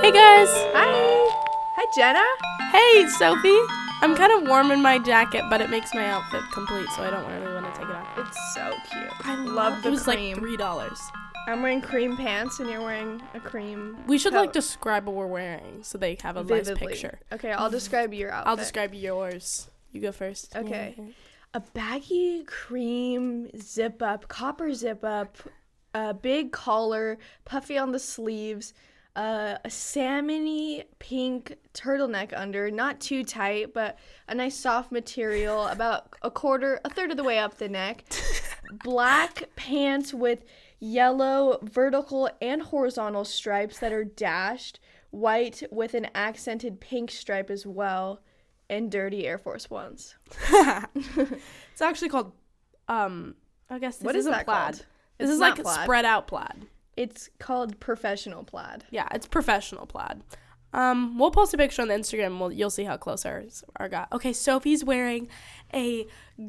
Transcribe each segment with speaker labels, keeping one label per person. Speaker 1: Hey guys!
Speaker 2: Hi. Hi, Jenna.
Speaker 1: Hey, Sophie! I'm kind of warm in my jacket, but it makes my outfit complete, so I don't really want to take it off.
Speaker 2: It's so cute.
Speaker 1: I
Speaker 2: love the
Speaker 1: It was
Speaker 2: cream.
Speaker 1: like three dollars.
Speaker 2: I'm wearing cream pants, and you're wearing a cream.
Speaker 1: We should like
Speaker 2: coat
Speaker 1: describe what we're wearing so they have a nice
Speaker 2: vividly.
Speaker 1: picture.
Speaker 2: Okay, I'll describe your outfit.
Speaker 1: I'll describe yours. You go first.
Speaker 2: Okay. a baggy cream zip up, copper zip up, a big collar, puffy on the sleeves, uh, a salmony pink turtleneck under, not too tight, but a nice soft material, about a quarter, a third of the way up the neck. Black pants with yellow vertical and horizontal stripes that are dashed, white with an accented pink stripe as well, and dirty Air Force Ones.
Speaker 1: It's actually called. Um, I guess this
Speaker 2: What is
Speaker 1: isn't
Speaker 2: that
Speaker 1: plaid.
Speaker 2: called?
Speaker 1: This
Speaker 2: It's
Speaker 1: is
Speaker 2: not
Speaker 1: like
Speaker 2: plaid.
Speaker 1: spread out plaid.
Speaker 2: It's called professional plaid.
Speaker 1: Yeah, it's professional plaid. Um, we'll post a picture on the Instagram. We'll, you'll see how close ours are got. Okay, Sophie's wearing a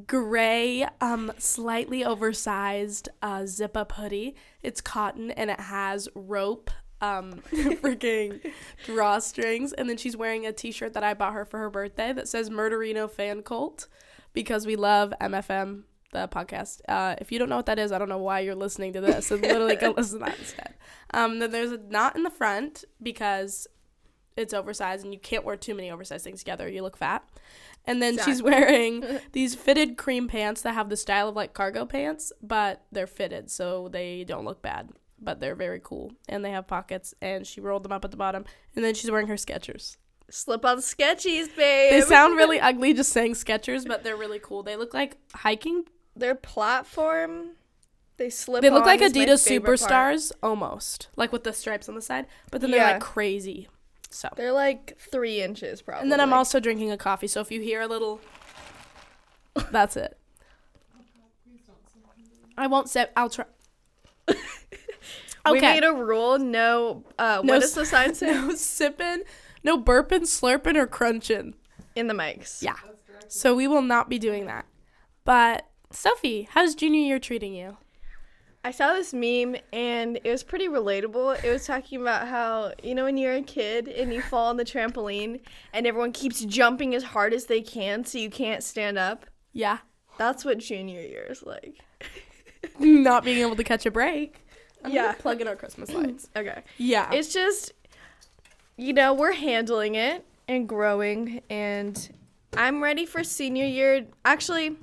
Speaker 1: gray, um, slightly oversized uh, zip-up hoodie. It's cotton and it has rope, um, freaking drawstrings. And then she's wearing a T-shirt that I bought her for her birthday that says "Murderino Fan Cult" because we love MFM, the podcast. Uh, if you don't know what that is, I don't know why you're listening to this. So literally, go listen to that instead. Um, then there's a knot in the front because it's oversized and you can't wear too many oversized things together. You look fat. And then she's wearing these fitted cream pants that have the style of like cargo pants, but they're fitted so they don't look bad. But they're very cool and they have pockets. And she rolled them up at the bottom. And then she's wearing her Skechers.
Speaker 2: Slip on sketchies, babe.
Speaker 1: They sound really ugly just saying Skechers, but they're really cool. They look like hiking.
Speaker 2: Their platform. They slip.
Speaker 1: They look
Speaker 2: on
Speaker 1: like
Speaker 2: Oh, is my
Speaker 1: Adidas
Speaker 2: favorite part.
Speaker 1: superstars almost, like with the stripes on the side. But then
Speaker 2: Yeah.
Speaker 1: they're like crazy. So
Speaker 2: They're like three inches probably.
Speaker 1: And then I'm also drinking a coffee, so if you hear a little, that's it. I won't sip. I'll try.
Speaker 2: We
Speaker 1: okay.
Speaker 2: made a rule. No. Uh,
Speaker 1: No
Speaker 2: what does the sign say?
Speaker 1: no sipping, no burping, slurping, or crunching.
Speaker 2: In the mics.
Speaker 1: Yeah. So we will not be doing that. But Sophie, how's junior year treating you?
Speaker 2: I saw this meme and it was pretty relatable. It was talking about how, you know, when you're a kid and you fall on the trampoline and everyone keeps jumping as hard as they can so you can't stand up.
Speaker 1: Yeah.
Speaker 2: That's what junior year is like.
Speaker 1: not being able to catch a break. I'm
Speaker 2: Yeah.
Speaker 1: yeah. Plug in our Christmas lights.
Speaker 2: Okay.
Speaker 1: yeah.
Speaker 2: it's just you know we're handling it and growing and i'm ready for senior year actually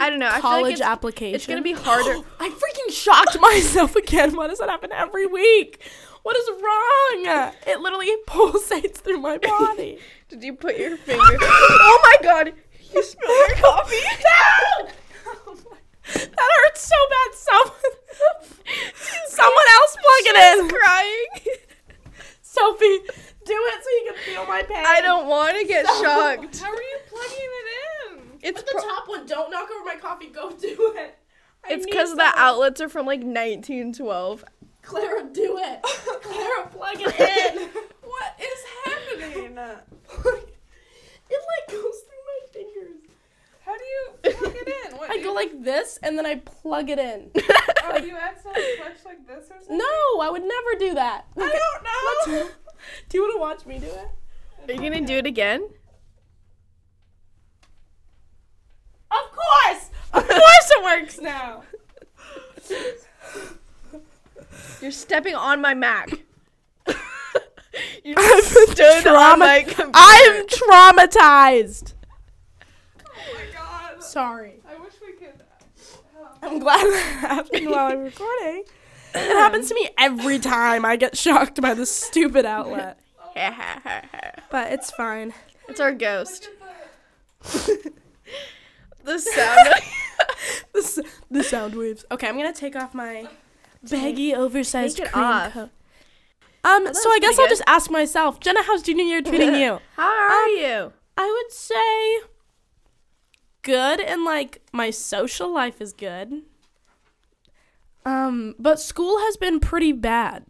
Speaker 2: i don't know
Speaker 1: Mm,
Speaker 2: I feel like
Speaker 1: college
Speaker 2: it's,
Speaker 1: application.
Speaker 2: it's gonna be harder
Speaker 1: I freaking shocked myself again. Why does that happen every week? What is wrong? It literally pulsates through my body.
Speaker 2: did you put your finger oh my god you spilled your coffee
Speaker 1: No! Oh my- that hurts so bad. Someone, someone else plug it in.
Speaker 2: crying
Speaker 1: Sophie, do it so you can feel my pain.
Speaker 2: i don't want to get shocked
Speaker 1: How are you plugging it in?
Speaker 2: It's
Speaker 1: It's the
Speaker 2: pro-
Speaker 1: top one. Don't knock over my coffee. Go do it. I
Speaker 2: it's
Speaker 1: need
Speaker 2: because the
Speaker 1: someone.
Speaker 2: outlets are from like 1912
Speaker 1: Clara, do it. Clara, plug it in. what is happening? it like goes through my fingers.
Speaker 3: How do you plug it in? What,
Speaker 1: I
Speaker 3: do
Speaker 1: go
Speaker 3: you,
Speaker 1: like this and then I plug it in.
Speaker 3: oh, do you accidentally clutch like this or something?
Speaker 1: No, I would never do that. Okay,
Speaker 3: I don't know.
Speaker 1: let's- do you want to watch me do it?
Speaker 2: are you gonna do it again
Speaker 1: Of course! Of course it works now.
Speaker 2: you're stepping on my mac you
Speaker 1: I've
Speaker 2: just stood on
Speaker 1: trauma-
Speaker 2: my computer.
Speaker 1: I'm traumatized.
Speaker 3: Oh my god.
Speaker 1: Sorry.
Speaker 3: I wish we could. uh,
Speaker 1: I'm glad that happened while I'm recording. It happens to me every time I get shocked by this stupid outlet. But it's fine.
Speaker 2: It's our ghost.
Speaker 3: But
Speaker 2: The sound.
Speaker 1: the, s- the sound waves. Okay, I'm gonna take off my baggy, oversized
Speaker 2: take it
Speaker 1: cream
Speaker 2: off. Oh,
Speaker 1: coat. Um,
Speaker 2: that
Speaker 1: so
Speaker 2: was
Speaker 1: I guess
Speaker 2: pretty
Speaker 1: I'll
Speaker 2: good.
Speaker 1: just ask myself, Jenna, how's junior year treating you?
Speaker 2: How are you?
Speaker 1: I would say good, and like my social life is good. Um, but school has been pretty bad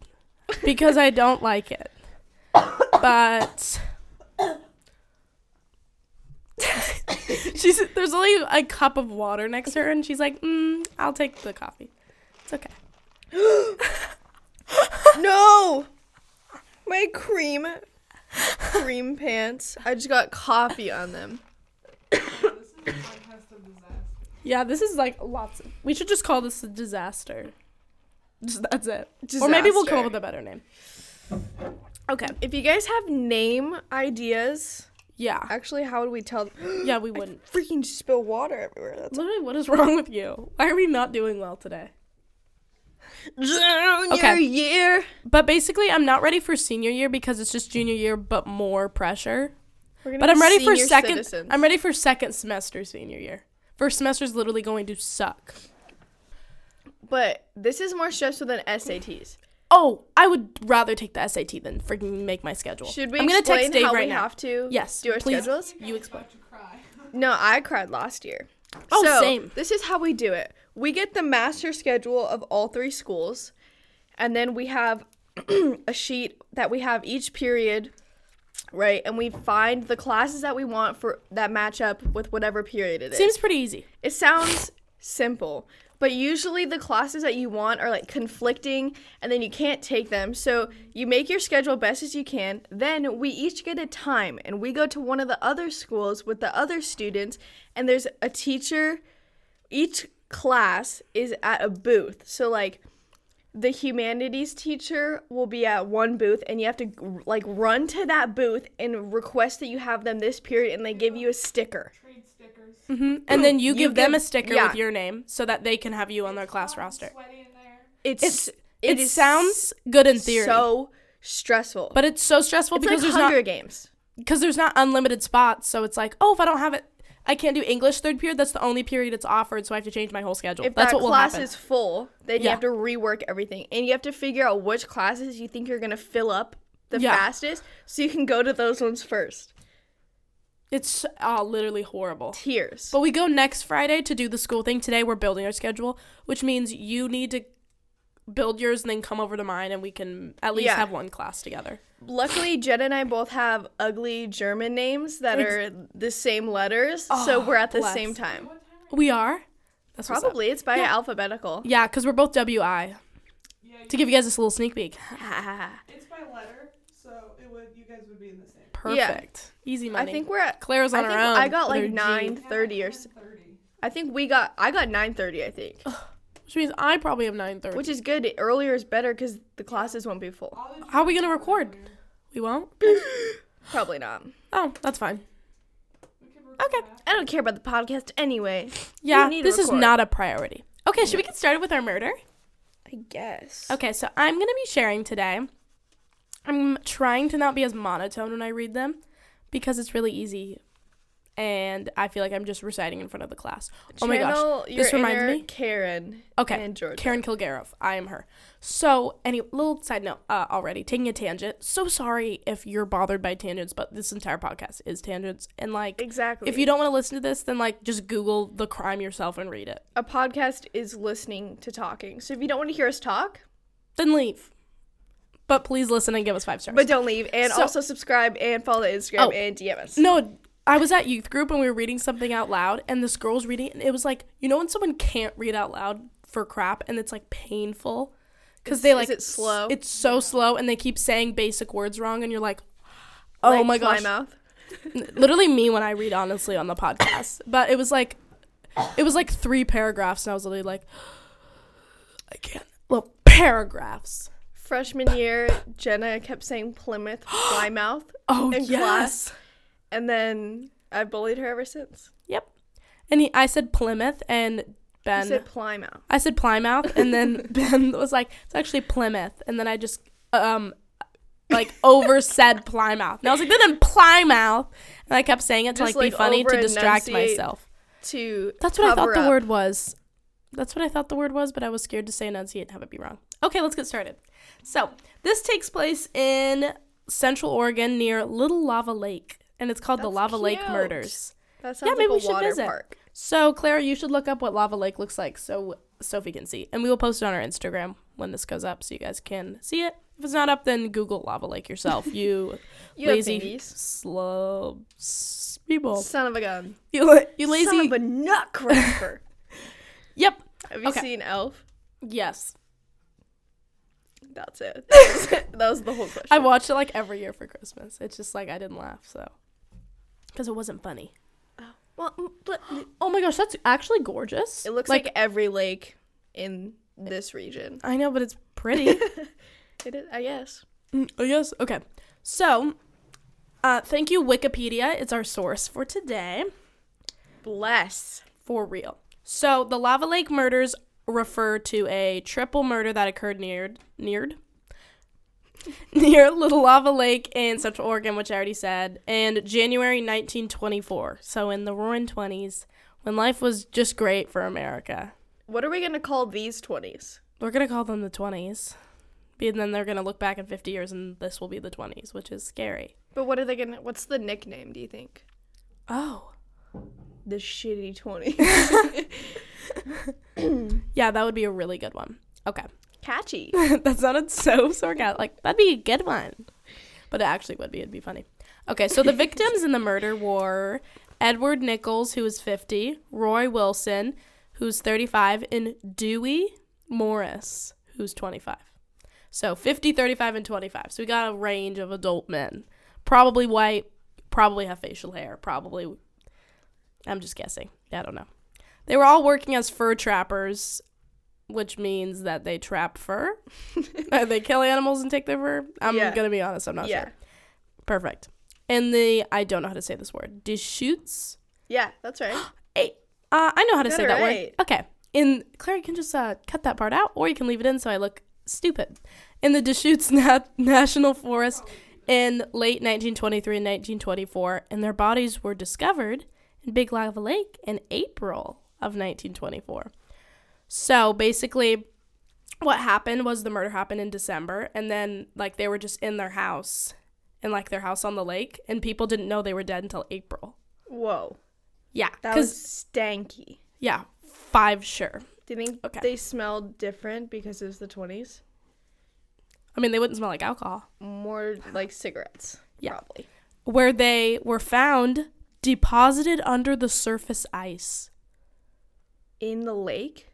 Speaker 1: because I don't like it. But she's there's only a cup of water next to her, and she's like, mm, "I'll take the coffee. It's okay."
Speaker 2: No, my cream cream pants. I just got coffee on them.
Speaker 3: This is a podcast of disaster.
Speaker 1: Yeah, this is like lots of. We should just call this a disaster. Just, that's it.
Speaker 2: Disaster.
Speaker 1: Or maybe we'll come up with a better name. Okay.
Speaker 2: If you guys have name ideas,
Speaker 1: Yeah.
Speaker 2: actually, how would we tell?
Speaker 1: Yeah, we wouldn't.
Speaker 2: Freaking just spill water everywhere. That's
Speaker 1: Literally, what is wrong with you? Why are we not doing well today?
Speaker 2: junior
Speaker 1: Okay.
Speaker 2: year.
Speaker 1: But basically, I'm not ready for senior year because it's just junior year, but more pressure.
Speaker 2: We're gonna
Speaker 1: But
Speaker 2: be
Speaker 1: I'm ready for
Speaker 2: senior
Speaker 1: second.
Speaker 2: citizens.
Speaker 1: I'm ready for second semester senior year. First semester is literally going to suck.
Speaker 2: But this is more stressful than SATs.
Speaker 1: Oh, I would rather take the SAT than freaking make my schedule.
Speaker 2: Should we
Speaker 1: I'm gonna
Speaker 2: explain
Speaker 1: text Dave
Speaker 2: how
Speaker 1: right
Speaker 2: we
Speaker 1: now.
Speaker 2: have to
Speaker 1: Yes,
Speaker 2: do our
Speaker 1: please.
Speaker 2: schedules?
Speaker 1: You explain.
Speaker 3: About to cry.
Speaker 2: No, I cried last year.
Speaker 1: Oh,
Speaker 2: so,
Speaker 1: same.
Speaker 2: This is how we do it. We get the master schedule of all three schools, and then we have a sheet that we have each period, right? And we find the classes that we want for that match up with whatever period it is.
Speaker 1: Seems pretty easy.
Speaker 2: it sounds simple, but usually the classes that you want are like conflicting, and then you can't take them. So you make your schedule best as you can. Then we each get a time, and we go to one of the other schools with the other students, and there's a teacher each class is at a booth. So like the humanities teacher will be at one booth and you have to like run to that booth and request that you have them this period and they give you a sticker.
Speaker 3: Trade stickers.
Speaker 1: hmm And then you, give them a
Speaker 2: give-
Speaker 1: sticker
Speaker 2: yeah.
Speaker 1: with your name so that they can have you on their class roster.
Speaker 3: Sweaty in there.
Speaker 2: It's,
Speaker 1: It's
Speaker 2: it
Speaker 1: it,
Speaker 2: is
Speaker 1: sounds good in theory,
Speaker 2: so stressful.
Speaker 1: but it's so stressful
Speaker 2: it's like
Speaker 1: because there's
Speaker 2: Hunger
Speaker 1: not
Speaker 2: Games.
Speaker 1: because there's not unlimited spots. So it's like, oh, if I don't have it, I can't do English third period. That's the only period it's offered, so I have to change my whole schedule.
Speaker 2: If
Speaker 1: That's
Speaker 2: that
Speaker 1: what will
Speaker 2: class
Speaker 1: happen.
Speaker 2: is full, then you
Speaker 1: Yeah.
Speaker 2: have to rework everything and you have to figure out which classes you think you're going to fill up the
Speaker 1: Yeah.
Speaker 2: fastest so you can go to those ones first.
Speaker 1: it's oh, literally horrible.
Speaker 2: Tears.
Speaker 1: But we go next Friday to do the school thing. Today we're building our schedule, which means you need to build yours and then come over to mine, and we can at least
Speaker 2: Yeah.
Speaker 1: have one class together.
Speaker 2: Luckily, Jed and I both have ugly German names that are the same letters, so
Speaker 1: Oh,
Speaker 2: we're at the
Speaker 1: bless.
Speaker 2: same time.
Speaker 1: We are. That's what's up.
Speaker 2: Probably it's by alphabetical.
Speaker 1: Yeah, because we're both WI.
Speaker 3: Yeah,
Speaker 1: To give you guys this little sneak peek.
Speaker 3: it's by letter, so it would you guys would be in the same.
Speaker 1: Perfect. Easy
Speaker 2: I
Speaker 1: money.
Speaker 2: think we're at.
Speaker 1: Claire's
Speaker 2: I
Speaker 1: on
Speaker 2: think
Speaker 1: her own.
Speaker 2: I got
Speaker 1: with her
Speaker 2: like
Speaker 1: G,
Speaker 2: nine thirty or. s-
Speaker 3: Thirty.
Speaker 2: I think we got. I got nine thirty. I think,
Speaker 1: Which means I probably have nine thirty.
Speaker 2: which is good. Earlier is better because the classes won't be full.
Speaker 3: All the
Speaker 1: How are we gonna record? We won't.
Speaker 2: Probably not.
Speaker 1: Oh, that's fine.
Speaker 3: We could record
Speaker 1: Okay.
Speaker 3: that.
Speaker 2: I don't care about the podcast anyway.
Speaker 1: Yeah,
Speaker 2: need to
Speaker 1: this is
Speaker 2: record.
Speaker 1: not a priority. Okay, should we get started with our murder?
Speaker 2: I guess.
Speaker 1: Okay, so I'm gonna be sharing today. I'm trying to not be as monotone when I read them because it's really easy, and I feel like I'm just reciting in front of the class. oh my gosh,
Speaker 2: Channel your
Speaker 1: this reminds
Speaker 2: inner
Speaker 1: me.
Speaker 2: Karen.
Speaker 1: Okay.
Speaker 2: And Georgia.
Speaker 1: Karen Kilgariff. I am her. So, any little side note uh, already, taking a tangent. So sorry if you're bothered by tangents, but this entire podcast is tangents. And, like,
Speaker 2: Exactly.
Speaker 1: if you don't want to listen to this, then, like, just Google the crime yourself and read it.
Speaker 2: a podcast is listening to talking, so if you don't want to hear us talk,
Speaker 1: Then leave. But please listen and give us five stars.
Speaker 2: But don't leave. And
Speaker 1: So-
Speaker 2: also subscribe and follow the Instagram
Speaker 1: Oh.
Speaker 2: and DM us.
Speaker 1: no, I was at youth group and we were reading something out loud, and this girl's reading, and it was like, you know, when someone can't read out loud for crap and it's, like, painful? Because they,
Speaker 2: Is
Speaker 1: like,
Speaker 2: it slow?
Speaker 1: It's so slow, and they keep saying basic words wrong, and you're like, oh
Speaker 2: Like
Speaker 1: my gosh.
Speaker 2: Plymouth.
Speaker 1: Literally me when I read honestly on the podcast. But it was like, it was like three paragraphs, and I was literally like, I can't. Well, paragraphs.
Speaker 2: Freshman year, Jenna kept saying Plymouth, Plymouth,
Speaker 1: Oh
Speaker 2: In
Speaker 1: yes.
Speaker 2: class. and then I bullied her ever since.
Speaker 1: Yep. And he, I said Plymouth, and
Speaker 2: I
Speaker 1: Ben.
Speaker 2: said Plymouth.
Speaker 1: I said Plymouth, and then Ben was like, "It's actually Plymouth," and then I just um like over said Plymouth, and I was like, "Then in Plymouth," and I kept saying it to
Speaker 2: Just,
Speaker 1: like be
Speaker 2: like,
Speaker 1: funny to distract
Speaker 2: over-enunciate.
Speaker 1: myself.
Speaker 2: To
Speaker 1: That's what I
Speaker 2: cover
Speaker 1: thought the
Speaker 2: up.
Speaker 1: word was. That's what I thought the word was, but I was scared to say enunciate and have it be wrong. Okay, let's get started. So this takes place in Central Oregon near Little Lava Lake, and it's called the
Speaker 2: That's
Speaker 1: Lava Lake
Speaker 2: cute.
Speaker 1: Murders.
Speaker 2: That sounds
Speaker 1: Yeah, maybe
Speaker 2: like
Speaker 1: we
Speaker 2: a
Speaker 1: should
Speaker 2: water
Speaker 1: visit.
Speaker 2: park.
Speaker 1: So, Claire, you should look up what Lava Lake looks like so Sophie can see. And we will post it on our Instagram when this goes up so you guys can see it. If it's not up, then Google Lava Lake yourself, you,
Speaker 2: You have
Speaker 1: lazy
Speaker 2: thingies.
Speaker 1: slow s- people.
Speaker 2: Son of a gun.
Speaker 1: You, la- you lazy.
Speaker 2: Son of a nutcracker.
Speaker 1: yep.
Speaker 2: have you
Speaker 1: Okay.
Speaker 2: seen Elf?
Speaker 1: Yes.
Speaker 2: That's it. That was, that was the whole question.
Speaker 1: I watched it like every year for Christmas. It's just like I didn't laugh, so because it wasn't funny.
Speaker 2: well, mm, but
Speaker 1: Oh my gosh, that's actually gorgeous.
Speaker 2: it looks like, every lake in this region.
Speaker 1: I know, but it's pretty.
Speaker 2: It is, I guess.
Speaker 1: Mm, I guess. Okay. So, uh, thank you, Wikipedia. It's our source for today.
Speaker 2: Bless.
Speaker 1: For real. So, the Lava Lake murders refer to a triple murder that occurred near near near Little Lava Lake in Central Oregon, which I already said, and January 1924. So, in the Roaring Twenties, when life was just great for America,
Speaker 2: What are we gonna call these twenties?
Speaker 1: we're gonna call them the Twenties. And then they're gonna look back in 50 years, and this will be the 20s, which is scary.
Speaker 2: But what are they gonna? What's the nickname? Do you think?
Speaker 1: Oh.
Speaker 2: The shitty twenties.
Speaker 1: Yeah, that would be a really good one. Okay.
Speaker 2: Catchy.
Speaker 1: that sounded so sarcastic. Like, that'd be a good one. But it actually would be. It'd be funny. Okay, so the victims in the murder were Edward Nichols, who was 50, Roy Wilson, who's 35, and Dewey Morris, who's 25. So 50, 35, and 25. So we got a range of adult men. Probably white, probably have facial hair, probably. I'm just guessing. I don't know. They were all working as fur trappers, which means that they trap fur. Uh, they kill animals and take their fur. I'm
Speaker 2: Yeah.
Speaker 1: gonna be honest. I'm not
Speaker 2: yeah.
Speaker 1: sure. Perfect. And the I don't know how to say this word. Deschutes.
Speaker 2: Yeah, that's right.
Speaker 1: Hey, uh, I know how to
Speaker 2: Got
Speaker 1: say
Speaker 2: it
Speaker 1: that
Speaker 2: right.
Speaker 1: word. Okay. In Claire, you can just uh, cut that part out, or you can leave it in so I look stupid. In the Deschutes Nat- National Forest in late 1923 and 1924, and their bodies were discovered in Big Lava Lake in April of 1924. So basically, what happened was the murder happened in December, and then like they were just in their house, in like their house on the lake, and people didn't know they were dead until April.
Speaker 2: Whoa.
Speaker 1: Yeah,
Speaker 2: That was stanky.
Speaker 1: yeah, five sure.
Speaker 2: Do you think
Speaker 1: Okay.
Speaker 2: they smelled different because it was the twenties?
Speaker 1: I mean, they wouldn't smell like alcohol.
Speaker 2: More like cigarettes.
Speaker 1: Yeah.
Speaker 2: Probably.
Speaker 1: Where they were found deposited under the surface ice.
Speaker 2: In the lake.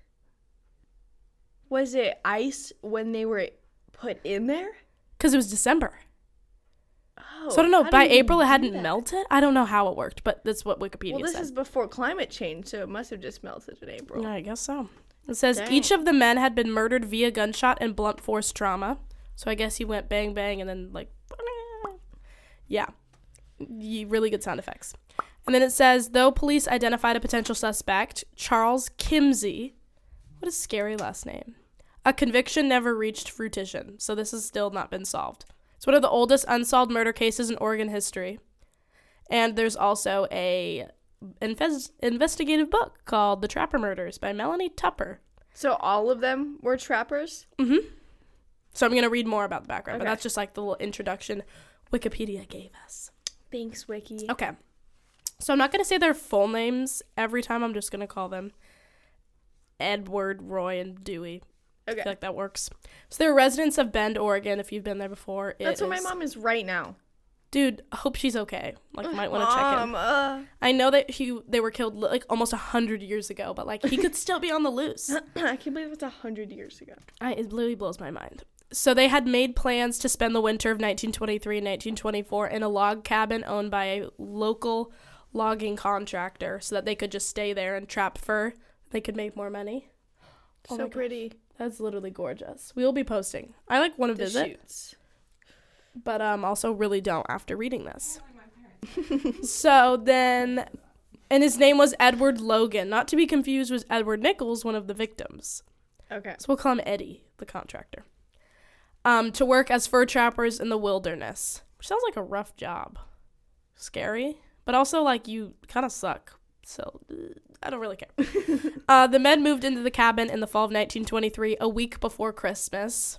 Speaker 2: Was it ice when they were put in there?
Speaker 1: Because it was December.
Speaker 2: Oh.
Speaker 1: so I don't know.
Speaker 2: how
Speaker 1: By
Speaker 2: do you
Speaker 1: April, it
Speaker 2: do
Speaker 1: hadn't
Speaker 2: that?
Speaker 1: melted. I don't know how it worked, but that's what Wikipedia
Speaker 2: Well, this
Speaker 1: said.
Speaker 2: is before climate change, so it must have just melted in April.
Speaker 1: Yeah, I guess so. It says
Speaker 2: Dang.
Speaker 1: each of the men had been murdered via gunshot and blunt force trauma. So I guess he went bang bang and then like, yeah, Ye- really good sound effects. And then it says though police identified a potential suspect, Charles Kimsey. What a scary last name. A conviction never reached fruition, so this has still not been solved. It's one of the oldest unsolved murder cases in Oregon history. And there's also a inves- investigative book called The Trapper Murders by Melanie Tupper.
Speaker 2: So all of them were trappers?
Speaker 1: So I'm going to read more about the background, but
Speaker 2: Okay.
Speaker 1: that's just like the little introduction Wikipedia gave us.
Speaker 2: Thanks, Wiki.
Speaker 1: Okay. So I'm not going to say their full names every time. I'm just going to call them Edward, Roy, and Dewey. I feel
Speaker 2: Okay.
Speaker 1: like that works. So they're residents of Bend, Oregon. If you've been there before, it
Speaker 2: That's where my
Speaker 1: is-
Speaker 2: mom is right now.
Speaker 1: Dude, I hope she's okay. Like, might want to check in.
Speaker 2: Mom, uh,
Speaker 1: I know that he they were killed like almost a hundred years ago, but like he could still be on the loose.
Speaker 2: I can't believe it's a hundred years ago.
Speaker 1: I, it literally blows my mind. So they had made plans to spend the winter of 1923 and 1924 in a log cabin owned by a local logging contractor so that they could just stay there and trap fur. They could make more money. Oh my
Speaker 2: so
Speaker 1: gosh.
Speaker 2: pretty.
Speaker 1: That's literally gorgeous. We will be posting. I like want to
Speaker 2: The
Speaker 1: visit,
Speaker 2: shoots.
Speaker 1: but um also really don't after reading this. so then and his name was Edward Logan, not to be confused with Edward Nichols, one of the victims.
Speaker 2: Okay.
Speaker 1: So we'll call him Eddie, the contractor. Um, to work as fur trappers in the wilderness, which sounds like a rough job, scary, but also like you kind of suck. So uh, I don't really care. uh, the men moved into the cabin in the fall of 1923, a week before Christmas.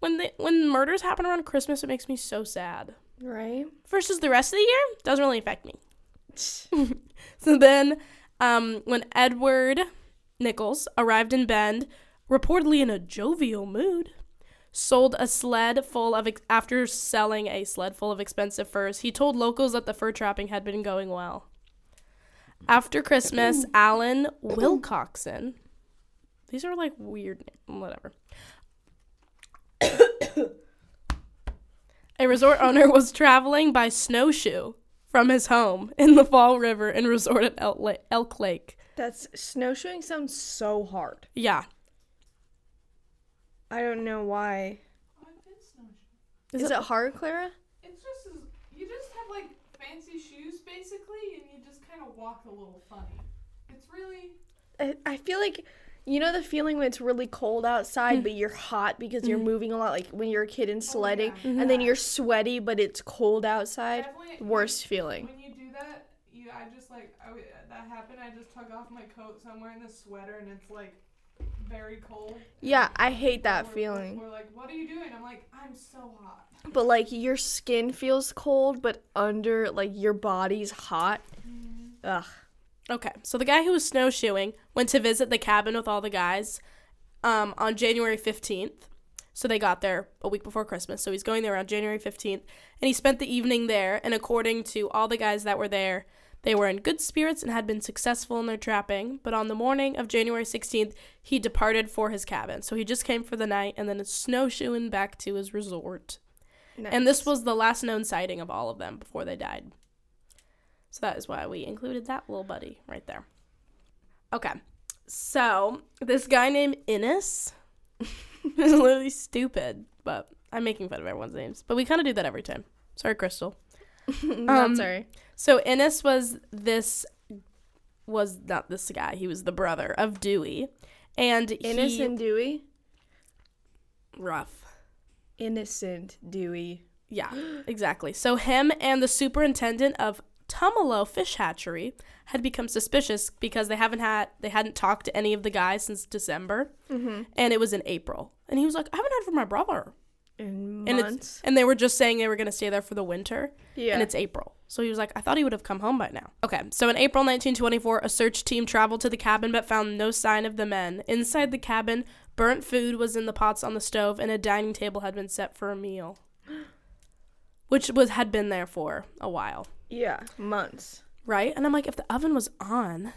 Speaker 1: When they, when murders happen around Christmas, it makes me so sad.
Speaker 2: Right?
Speaker 1: Versus the rest of the year, doesn't really affect me. So then, um, when Edward Nichols arrived in Bend, reportedly in a jovial mood, sold a sled full of ex- after selling a sled full of expensive furs, he told locals that the fur trapping had been going well. After Christmas, Alan Wilcoxon. These are like weird, whatever. A resort owner was traveling by snowshoe from his home in the Fall River and resort at Elk La- Elk Lake.
Speaker 2: That's snowshoeing sounds so hard.
Speaker 1: Yeah.
Speaker 2: I don't know why.
Speaker 3: I've Oh, been snowshoeing.
Speaker 1: Is
Speaker 2: Is,
Speaker 1: it-
Speaker 2: it hard, Clara?
Speaker 3: It's just as, you just have like fancy shoes basically, and you just kind of walk a little funny. It's really
Speaker 2: I, I feel like you know the feeling when it's really cold
Speaker 1: Mm.
Speaker 2: outside but you're hot because
Speaker 1: Mm-hmm.
Speaker 2: you're moving a lot like when you're a kid and sledding and then you're sweaty but it's cold outside.
Speaker 3: definitely
Speaker 2: Worst feeling.
Speaker 3: When you do that, you I just like I, w- that happened. I just took off my coat, so I'm wearing this sweater, and it's like very cold.
Speaker 2: Yeah, I hate that
Speaker 3: We're-
Speaker 2: feeling.
Speaker 3: We're like, what are you doing? I'm like, I'm so hot.
Speaker 2: But like your skin feels cold but under like your body's hot. Ugh.
Speaker 1: Okay, so the guy who was snowshoeing went to visit the cabin with all the guys um, on January 15th. So they got there a week before Christmas. So he's going there on January 15th, and he spent the evening there. And according to all the guys that were there, they were in good spirits and had been successful in their trapping. But on the morning of January 16th, he departed for his cabin. So he just came for the night and then is snowshoeing back to his resort. And this
Speaker 2: Nice.
Speaker 1: was the last known sighting of all of them before they died. So that is why we included that little buddy right there. Okay. So this guy named Innes is literally stupid, but I'm making fun of everyone's names. But we kind of do that every time. Sorry, Crystal.
Speaker 2: not
Speaker 1: um,
Speaker 2: sorry.
Speaker 1: So Innes was this was not this guy. He was the brother of Dewey, and he,
Speaker 2: Innocent Dewey.
Speaker 1: rough.
Speaker 2: Innocent Dewey.
Speaker 1: Yeah, exactly. So him and the superintendent of Tumalo Fish Hatchery had become suspicious because they haven't had they hadn't talked to any of the guys since December, and it was in April. And he was like, "I haven't heard from my brother,"
Speaker 2: In
Speaker 1: and
Speaker 2: months.
Speaker 1: it's and they were just saying they were going to stay there for the winter,
Speaker 2: yeah.
Speaker 1: and it's April. So he was like, I thought he would have come home by now. Okay, so in April 1924, a search team traveled to the cabin but found no sign of the men. Inside the cabin, burnt food was in the pots on the stove, and a dining table had been set for a meal, which was had been there for a while,
Speaker 2: yeah. Months.
Speaker 1: right? And I'm like, if the oven was on,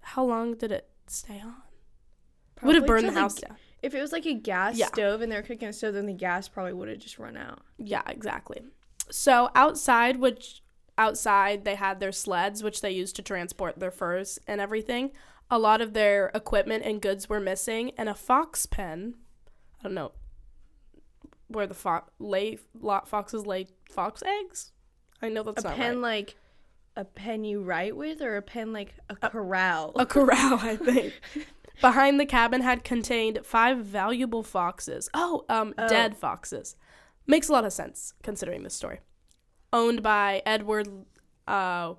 Speaker 1: how long did it stay on? Would
Speaker 2: Probably
Speaker 1: have burned the
Speaker 2: till
Speaker 1: house down.
Speaker 2: If it was like a gas
Speaker 1: Yeah.
Speaker 2: stove and they're cooking a stove, then the gas probably would have just run out.
Speaker 1: Yeah, exactly. So outside, which outside they had their sleds, which they used to transport their furs and everything. A lot of their equipment and goods were missing, and a fox pen. I don't know where the fox lay lot foxes lay fox eggs. I know that's
Speaker 2: a
Speaker 1: not right.
Speaker 2: pen like a pen you write with, or a pen like a corral.
Speaker 1: a corral, I think. Behind the cabin had contained five valuable foxes. Oh, um, dead foxes. Makes a lot of sense considering this story. Owned by Edward uh,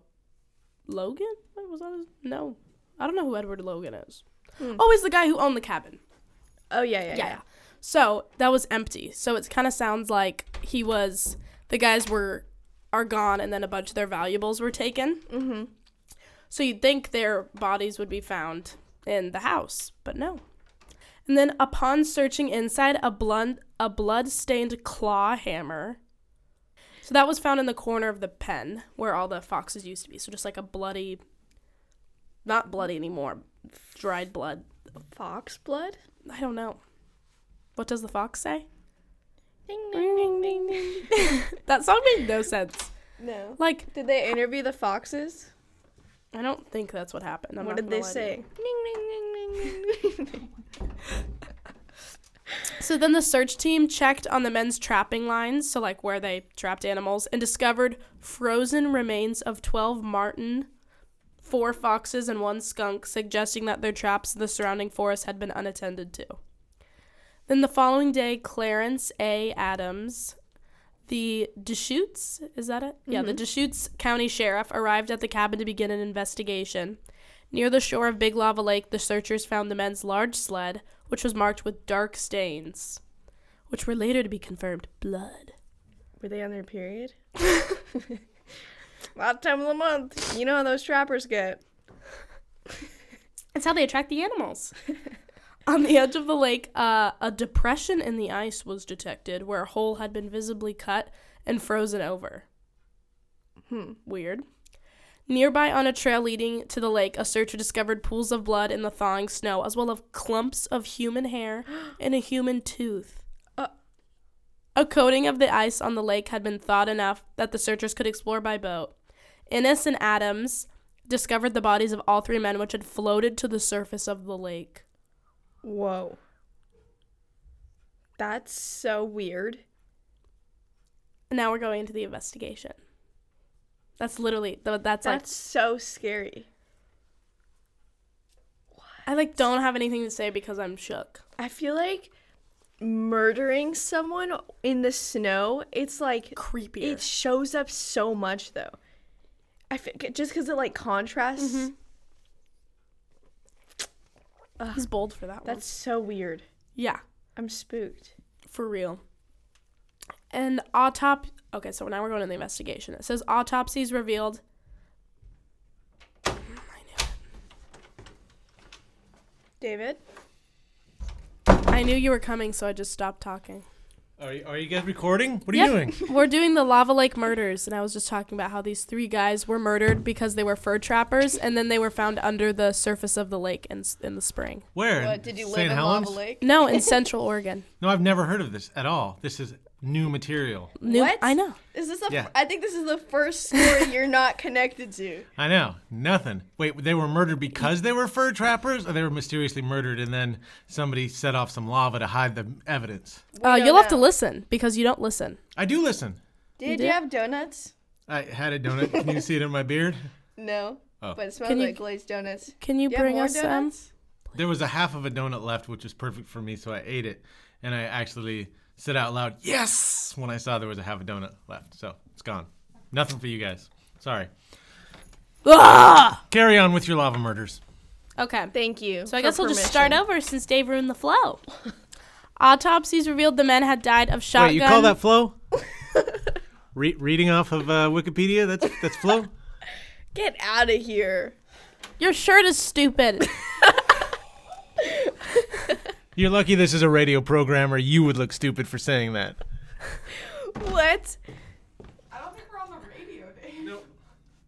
Speaker 1: Logan? What was that? his- No. I don't know who Edward Logan is. Oh, he's the guy who owned the cabin.
Speaker 2: oh yeah, yeah,
Speaker 1: Yeah.
Speaker 2: yeah.
Speaker 1: yeah. So that was empty. So it kind of sounds like he was, the guys were, are gone and then a bunch of their valuables were taken.
Speaker 2: Mm-hmm.
Speaker 1: So you'd think their bodies would be found in the house, but no. And then upon searching inside, a blunt, a blood-stained claw hammer. So that was found in the corner of the pen where all the foxes used to be. So just like a bloody, not bloody anymore, dried blood.
Speaker 2: Fox blood.
Speaker 1: I don't know. What does the fox say?
Speaker 2: Ding ding ding ding ding.
Speaker 1: That song made no sense.
Speaker 2: No.
Speaker 1: Like
Speaker 2: Did they interview the foxes?
Speaker 1: I don't think that's what happened. I'm
Speaker 2: what
Speaker 1: not
Speaker 2: did
Speaker 1: gonna
Speaker 2: they
Speaker 1: lie to you.
Speaker 2: say? Ding ding ding ding ding. ding.
Speaker 1: So then the search team checked on the men's trapping lines, so like where they trapped animals, and discovered frozen remains of 12 marten, four foxes, and one skunk, suggesting that their traps in the surrounding forest had been unattended to. Then the following day, Clarence A. Adams, the Deschutes, is that it? Yeah, the Deschutes County Sheriff arrived at the cabin to begin an investigation. Near the shore of Big Lava Lake, the searchers found the men's large sled, which was marked with dark stains, which were later to be confirmed blood.
Speaker 2: Were they on their period? Last time of the month. You know how those trappers get.
Speaker 1: That's how they attract the animals. On the edge of the lake, uh, a depression in the ice was detected where a hole had been visibly cut and frozen over. Hmm, weird. Nearby, on a trail leading to the lake, a searcher discovered pools of blood in the thawing snow, as well as clumps of human hair and a human tooth.
Speaker 2: Uh.
Speaker 1: A coating of the ice on the lake had been thawed enough that the searchers could explore by boat. Innes and Adams discovered the bodies of all three men, which had floated to the surface of the lake.
Speaker 2: Whoa. That's so weird.
Speaker 1: Now we're going into the investigation. That's literally th- that's,
Speaker 2: That's so scary.
Speaker 1: like I like don't have anything to say because I'm shook.
Speaker 2: I feel like murdering someone in the snow, it's like
Speaker 1: Creepier.
Speaker 2: it shows up so much though. I fe- just cuz it like contrasts.
Speaker 4: Mm-hmm.
Speaker 1: He's bold for that one.
Speaker 2: That's so weird.
Speaker 1: Yeah,
Speaker 2: I'm spooked.
Speaker 1: for real. And autop Okay, so now we're going to the investigation. It says autopsies revealed. I knew
Speaker 2: David?
Speaker 1: it. I knew you were coming, so I just stopped talking.
Speaker 5: Are you, are you guys recording? What are
Speaker 1: Yep.
Speaker 5: you doing?
Speaker 1: We're doing the Lava Lake murders, and I was just talking about how these three guys were murdered because they were fur trappers, and then they were found under the surface of the lake in, s- in the spring.
Speaker 5: Where?
Speaker 4: What did you live
Speaker 5: St.
Speaker 4: in
Speaker 5: Helens?
Speaker 4: Lava Lake?
Speaker 1: No, in Central Oregon.
Speaker 5: No, I've never heard of this at all. This is new material.
Speaker 1: New-
Speaker 4: What?
Speaker 1: I know.
Speaker 4: Is this the? f-
Speaker 5: Yeah.
Speaker 4: I think this is the first story you're not connected to.
Speaker 5: I know nothing. Wait, they were murdered because they were fur trappers, or they were mysteriously murdered, and then somebody set off some lava to hide the evidence.
Speaker 1: Uh,
Speaker 4: don't
Speaker 1: you'll have to
Speaker 4: know.
Speaker 1: listen because you don't listen.
Speaker 5: I do listen.
Speaker 4: Did you,
Speaker 1: did?
Speaker 4: have donuts?
Speaker 5: I had a donut. Can you see it in my beard?
Speaker 4: No.
Speaker 5: Oh.
Speaker 4: But it smells
Speaker 1: Can you-
Speaker 4: like glazed donuts.
Speaker 1: Can you
Speaker 4: Do you have
Speaker 1: bring
Speaker 4: more
Speaker 1: us some?
Speaker 4: donuts?
Speaker 5: There was a half of a donut left, which was perfect for me, so I ate it, and I actually said out loud, "Yes!" when I saw there was a half a donut left. So it's gone. Nothing for you guys. Sorry.
Speaker 1: Ah!
Speaker 5: Carry on with your lava murders.
Speaker 1: Okay.
Speaker 2: Thank you.
Speaker 1: So I guess we'll just start over since Dave ruined the flow. Autopsies revealed the men had died of shotgun.
Speaker 5: Wait, you call that flow? Re- reading off of uh, Wikipedia? That's that's flow.
Speaker 2: Get out of here.
Speaker 1: Your shirt is stupid.
Speaker 5: You're lucky this is a radio program, or you would look stupid for saying that.
Speaker 2: What?
Speaker 3: I don't think we're on the radio, Dave.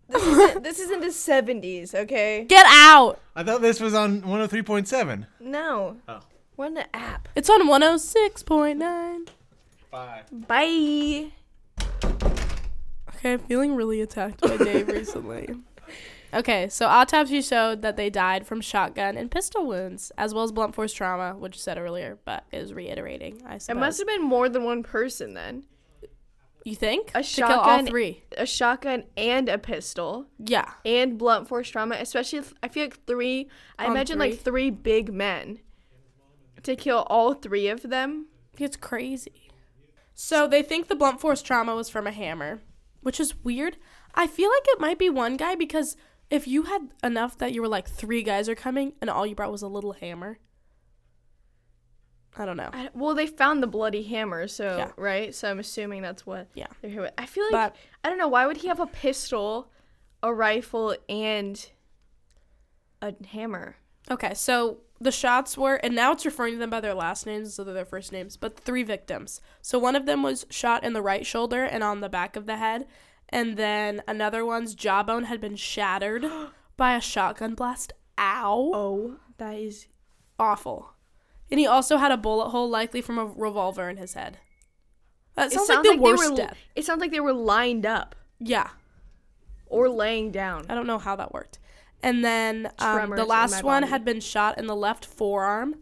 Speaker 4: This isn't, this isn't the 70s, okay?
Speaker 1: Get out.
Speaker 5: I thought this was on 103.7.
Speaker 2: No.
Speaker 5: Oh.
Speaker 2: We're on the app.
Speaker 1: It's on 106.9.
Speaker 5: Bye.
Speaker 2: Bye.
Speaker 1: Okay, I'm feeling really attacked by Dave recently. Okay, so autopsy showed that they died from shotgun and pistol wounds, as well as blunt force trauma, which you said earlier, but is reiterating. I
Speaker 2: It
Speaker 1: suppose.
Speaker 2: must have been more than one person then.
Speaker 1: you think
Speaker 2: a
Speaker 1: to kill all
Speaker 2: shotgun-
Speaker 1: three?
Speaker 2: A shotgun and a pistol
Speaker 1: Yeah,
Speaker 2: and blunt force trauma, especially if, I feel like three, I
Speaker 1: On
Speaker 2: imagine like Um, three big men to kill all three of them.
Speaker 1: it's crazy. So they think the blunt force trauma was from a hammer, which is weird. I feel like it might be one guy because if you had enough that you were like three guys are coming and all you brought was a little hammer, I don't know.
Speaker 2: I, well, they found the bloody hammer, so
Speaker 1: Yeah.
Speaker 2: right? So I'm assuming that's what
Speaker 1: Yeah.
Speaker 2: they're here with. I feel like
Speaker 1: But-
Speaker 2: I don't know why would he have a pistol, a rifle and a hammer?
Speaker 1: Okay, so the shots were, and now it's referring to them by their last names instead of their first names, but three victims. So one of them was shot in the right shoulder and on the back of the head, and then another one's jawbone had been shattered by a shotgun blast. Ow.
Speaker 2: Oh, that is
Speaker 1: Awful. And he also had a bullet hole, likely from a revolver in his head. That
Speaker 2: it
Speaker 1: sounds, like the worst
Speaker 2: they were,
Speaker 1: death.
Speaker 2: It sounds like they were lined up
Speaker 1: Yeah,
Speaker 2: or laying down.
Speaker 1: I don't know how that worked. And then um,
Speaker 2: Tremors
Speaker 1: the
Speaker 2: in
Speaker 1: last
Speaker 2: my
Speaker 1: one
Speaker 2: body.
Speaker 1: had been shot in the left forearm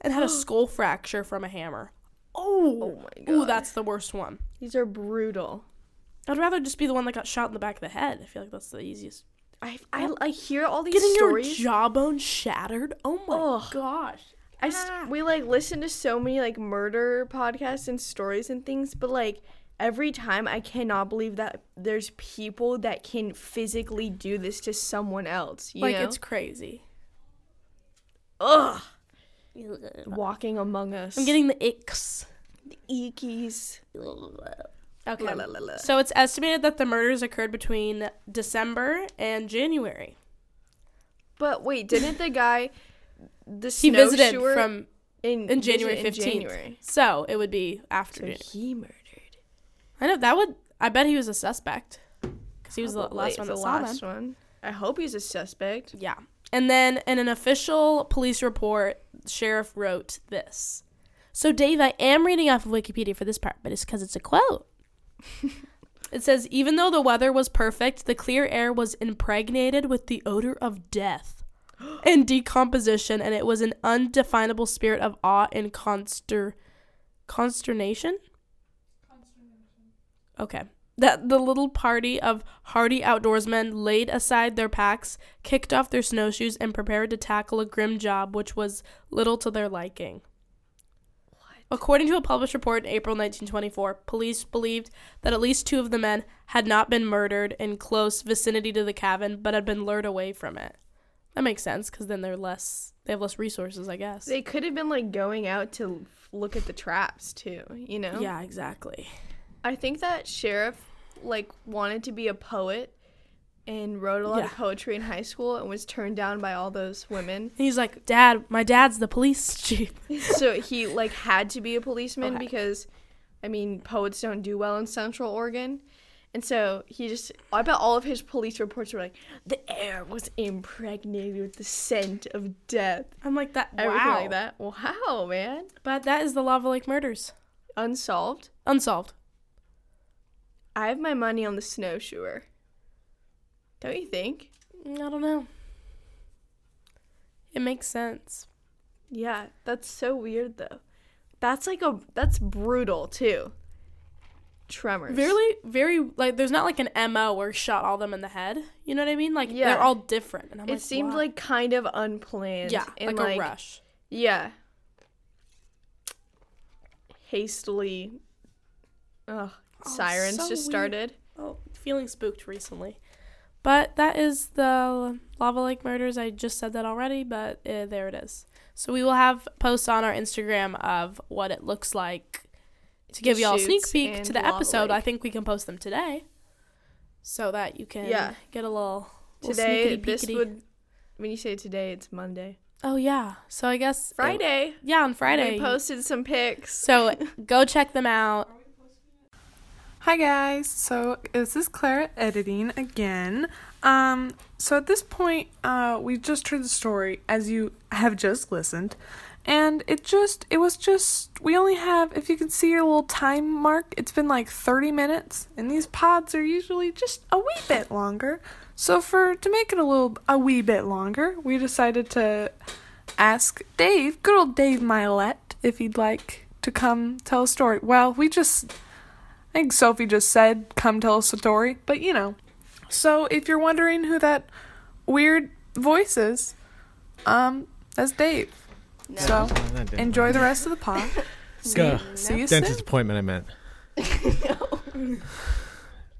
Speaker 1: and had a skull fracture from a hammer. Oh,
Speaker 2: my
Speaker 1: Ooh, that's the worst one.
Speaker 2: These are brutal.
Speaker 1: I'd rather just be the one that got shot in the back of the head. I feel like that's the easiest.
Speaker 2: I, I, I hear all these
Speaker 1: Getting
Speaker 2: stories.
Speaker 1: your jawbone shattered. Oh my
Speaker 2: Ugh.
Speaker 1: gosh.
Speaker 2: I s-
Speaker 1: Ah.
Speaker 2: we like listen to so many like murder podcasts and stories and things, but like every time I cannot believe that there's people that can physically do this to someone else. You
Speaker 1: Like
Speaker 2: know?
Speaker 1: it's crazy.
Speaker 2: ugh. Walking among us.
Speaker 1: I'm getting the icks.
Speaker 2: eekies.
Speaker 1: Okay.
Speaker 2: La, la, la, la.
Speaker 1: So it's estimated that the murders occurred between December and January.
Speaker 2: But wait, didn't the guy the
Speaker 1: He visited
Speaker 2: snowshoer
Speaker 1: from
Speaker 2: in,
Speaker 1: in
Speaker 2: visited
Speaker 1: January
Speaker 2: in
Speaker 1: 15th.
Speaker 2: January.
Speaker 1: So it would be after
Speaker 2: So
Speaker 1: January.
Speaker 2: he murdered.
Speaker 1: I know that would. I bet he was a suspect because he was the
Speaker 2: Probably
Speaker 1: last one
Speaker 2: the
Speaker 1: that saw them.
Speaker 2: last one. I hope he's a suspect.
Speaker 1: Yeah. And then in an official police report, sheriff wrote this. So, Dave, I am reading off of Wikipedia for this part, but it's because it's a quote. it says, even though the weather was perfect, the clear air was impregnated with the odor of death and decomposition, and it was an undefinable spirit of awe and conster- consternation. Okay. That the little party of hardy outdoorsmen laid aside their packs, kicked off their snowshoes, and prepared to tackle a grim job which was little to their liking. According to a published report in April 1924, police believed that at least two of the men had not been murdered in close vicinity to the cabin, but had been lured away from it. That makes sense because then they're less, they have less resources, I guess.
Speaker 2: They could have been like going out to look at the traps too, you know?
Speaker 1: yeah, exactly.
Speaker 2: I think that sheriff like wanted to be a poet and wrote a lot of
Speaker 1: Yeah.
Speaker 2: poetry in high school and was turned down by all those women.
Speaker 1: And he's like, Dad, my dad's the police chief.
Speaker 2: so he like had to be a policeman
Speaker 1: Okay.
Speaker 2: because I mean poets don't do well in Central Oregon. And so he just I bet all of his police reports were like the air was impregnated with the scent of death.
Speaker 1: I'm like that.
Speaker 2: Everything
Speaker 1: wow.
Speaker 2: like that. Wow, man.
Speaker 1: But that is the Lava Lake murders.
Speaker 2: Unsolved.
Speaker 1: Unsolved.
Speaker 2: I have my money on the snowshoer. Don't you think?
Speaker 1: Mm, I don't know. It makes sense.
Speaker 2: Yeah, that's so weird though. That's like a that's brutal too. Tremors.
Speaker 1: Very, very, like, there's not like an MO where shot all them in the head. You know what I mean? Like,
Speaker 2: Yeah.
Speaker 1: they're all different. And I'm
Speaker 2: It
Speaker 1: like,
Speaker 2: seemed
Speaker 1: "Why?"
Speaker 2: like kind of unplanned.
Speaker 1: yeah,
Speaker 2: and
Speaker 1: like a rush.
Speaker 2: Yeah. Hastily. Ugh. sirens
Speaker 1: Oh, so
Speaker 2: just
Speaker 1: weird.
Speaker 2: started.
Speaker 1: Oh, feeling spooked recently. But that is the Lava Lake Murders. I just said that already, but uh, there it is. So we will have posts on our Instagram of what it looks like to give y'all a sneak
Speaker 2: Shoots
Speaker 1: peek
Speaker 2: and
Speaker 1: to the
Speaker 2: Lava
Speaker 1: episode. I
Speaker 2: Lake.
Speaker 1: think we can post them today so that you can
Speaker 2: Yeah.
Speaker 1: get a little, little
Speaker 2: Today,
Speaker 1: sneakity
Speaker 2: this
Speaker 1: peekity.
Speaker 2: would. When you say today, it's Monday.
Speaker 1: Oh, yeah. So I guess.
Speaker 2: Friday.
Speaker 1: Yeah, on Friday.
Speaker 2: We posted some pics.
Speaker 1: so go check them out.
Speaker 6: Hi guys, so this is Clara editing again. Um, so at this point, uh, we just heard the story as you have just listened, and it just it was just we only have if you can see your little time mark, it's been like thirty minutes, and these pods are usually just a wee bit longer. So for to make it a little a wee bit longer, we decided to ask Dave, good old Dave Milet, if he'd like to come tell a story. Well, we just I think Sophie just said, come tell us a story, but you know. So if you're wondering who that weird voice is, um, that's Dave. So enjoy the rest of the pod.
Speaker 5: Go.
Speaker 6: See you soon.
Speaker 5: Dentist appointment, I meant.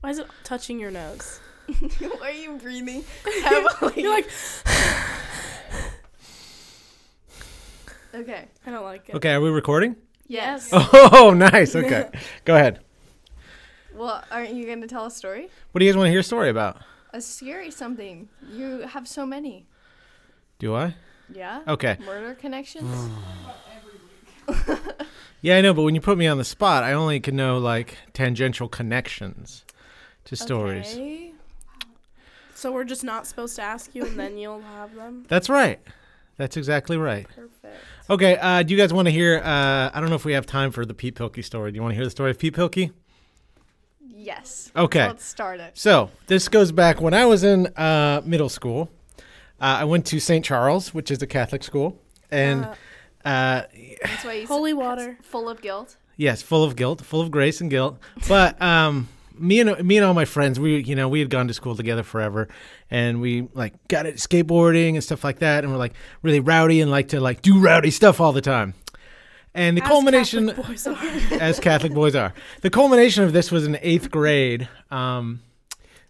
Speaker 1: Why is it touching your nose?
Speaker 4: Why are you breathing?
Speaker 1: You're like,
Speaker 2: Okay.
Speaker 1: I don't like it.
Speaker 5: Okay, are we recording?
Speaker 2: Yes.
Speaker 5: Oh, nice. Okay. Go ahead.
Speaker 2: Well, aren't you going to tell a story?
Speaker 5: What do you guys want to hear a story about?
Speaker 2: A scary something. You have so many.
Speaker 5: Do I?
Speaker 2: Yeah?
Speaker 5: Okay.
Speaker 2: Murder connections?
Speaker 5: Yeah, I know, but when you put me on the spot, I only can know like tangential connections to stories.
Speaker 2: Okay.
Speaker 1: So we're just not supposed to ask you, and then you'll have them.
Speaker 5: That's right. That's exactly right.
Speaker 1: Perfect.
Speaker 5: Okay, uh, do you guys want to hear? Uh, I don't know if we have time for the Pete Pilkey story. Do you want to hear the story of Pete Pilkey?
Speaker 2: Yes.
Speaker 5: Okay.
Speaker 2: Let's start it.
Speaker 5: So this goes back when I was in uh, middle school. Uh, I went to St. Charles, which is a Catholic school, and uh,
Speaker 2: That's why you said
Speaker 1: Holy water.
Speaker 2: full of guilt.
Speaker 5: Yes, full of guilt, full of grace and guilt. But um, me and me and all my friends, we you know we had gone to school together forever, and we like got it skateboarding and stuff like that, and we're like really rowdy and like to like do rowdy stuff all the time. And the culmination,
Speaker 1: Boys are.
Speaker 5: as Catholic boys are, the culmination of this was in eighth grade. Um,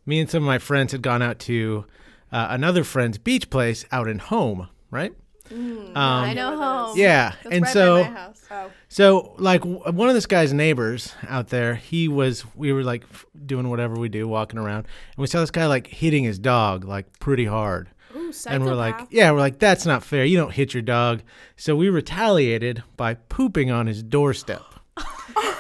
Speaker 5: me and some of my friends had gone out to uh, another friend's beach place out in Home, right? Um,
Speaker 2: I know home.
Speaker 5: Yeah,
Speaker 2: Mm, That's
Speaker 5: and
Speaker 2: right
Speaker 5: so. Oh.
Speaker 2: by my house.
Speaker 5: So, like, w- one of this guy's neighbors out there, he was, we were like f- doing whatever we do, walking around, and we saw this guy like hitting his dog like pretty hard.
Speaker 1: Ooh, psychopath.
Speaker 5: And we're like, yeah, we're like, that's not fair. You don't hit your dog. So we retaliated by pooping on his doorstep.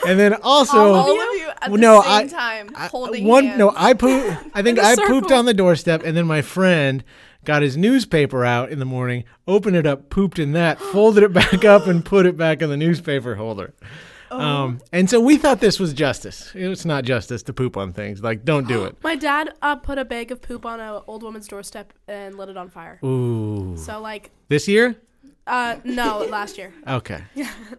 Speaker 5: and then also,
Speaker 2: Oh, all of you at the
Speaker 5: no,
Speaker 2: same
Speaker 5: I-
Speaker 2: time
Speaker 5: I-
Speaker 2: holding
Speaker 5: one
Speaker 2: hands.
Speaker 5: no i pooped i think
Speaker 1: In a
Speaker 5: i
Speaker 1: circle.
Speaker 5: pooped on the doorstep and then my friend got his newspaper out in the morning, opened it up, pooped in that, folded it back up, and put it back in the newspaper holder. Um, and so we thought this was justice. It's not justice to poop on things. Like, don't do it.
Speaker 1: My dad uh, put a bag of poop on an old woman's doorstep and lit it on fire.
Speaker 5: Ooh.
Speaker 1: So like,
Speaker 5: This year?
Speaker 1: uh, no, last year.
Speaker 5: Okay.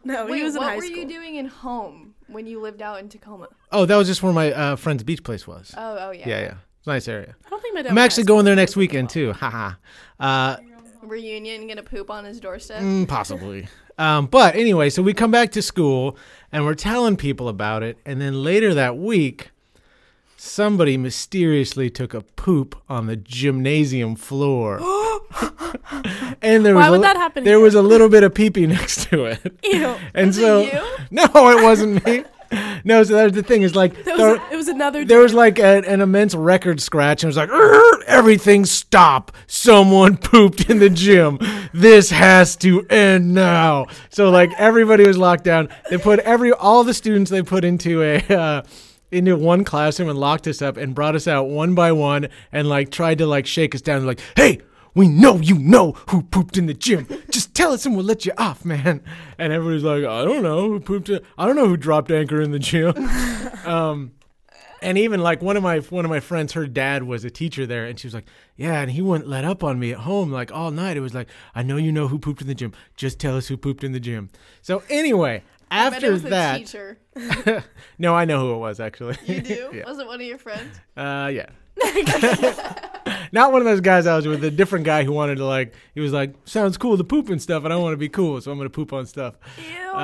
Speaker 1: No,
Speaker 4: Wait,
Speaker 1: he was in
Speaker 4: what
Speaker 1: high
Speaker 4: were
Speaker 1: school.
Speaker 4: you doing in home when you lived out in Tacoma?
Speaker 5: Oh, that was just where my uh, friend's beach place was.
Speaker 4: Oh, oh yeah.
Speaker 5: yeah, yeah. It's a nice area.
Speaker 1: I don't think my dad.
Speaker 5: I'm actually going there next weekend, too. Haha. Uh,
Speaker 4: Reunion gonna poop on his doorstep.
Speaker 5: Mm, possibly. um, but anyway, so we come back to school and we're telling people about it. And then later that week, somebody mysteriously took a poop on the gymnasium floor. and there was
Speaker 1: Why would
Speaker 5: a,
Speaker 1: that happen
Speaker 5: There
Speaker 1: here?
Speaker 5: was a little bit of pee pee next to it.
Speaker 1: Ew.
Speaker 5: And
Speaker 4: Was it
Speaker 5: so,
Speaker 4: you?
Speaker 5: no, it wasn't me. No, so that was the thing is like
Speaker 1: It
Speaker 5: there-
Speaker 1: was, it was another.
Speaker 5: there was like a, an immense record scratch, and it was like, "Arr, everything stop. Someone pooped in the gym. This has to end now. So like everybody was locked down. They put every all the students they put into a. Uh, into one classroom and locked us up and brought us out one by one and like tried to like shake us down like hey we know you know who pooped in the gym. Just tell us and we'll let you off, man. And everybody's like, I don't know who pooped. In- I don't know who dropped anchor in the gym. um, and even like one of my one of my friends, her dad was a teacher there, and she was like, yeah, and he wouldn't let up on me at home like all night. It was like, I know you know who pooped in the gym. Just tell us who pooped in the gym. So anyway,
Speaker 4: I bet Oh, it
Speaker 5: after
Speaker 4: was a
Speaker 5: that,
Speaker 4: teacher.
Speaker 5: no, I know who it was actually.
Speaker 4: You do?
Speaker 5: Yeah.
Speaker 4: Was it one of your friends?
Speaker 5: Uh, yeah. Not one of those guys I was with. A different guy who wanted to like. He was like, "Sounds cool to poop and stuff, and I want to be cool, so I'm gonna poop on stuff."
Speaker 1: Ew.
Speaker 5: uh,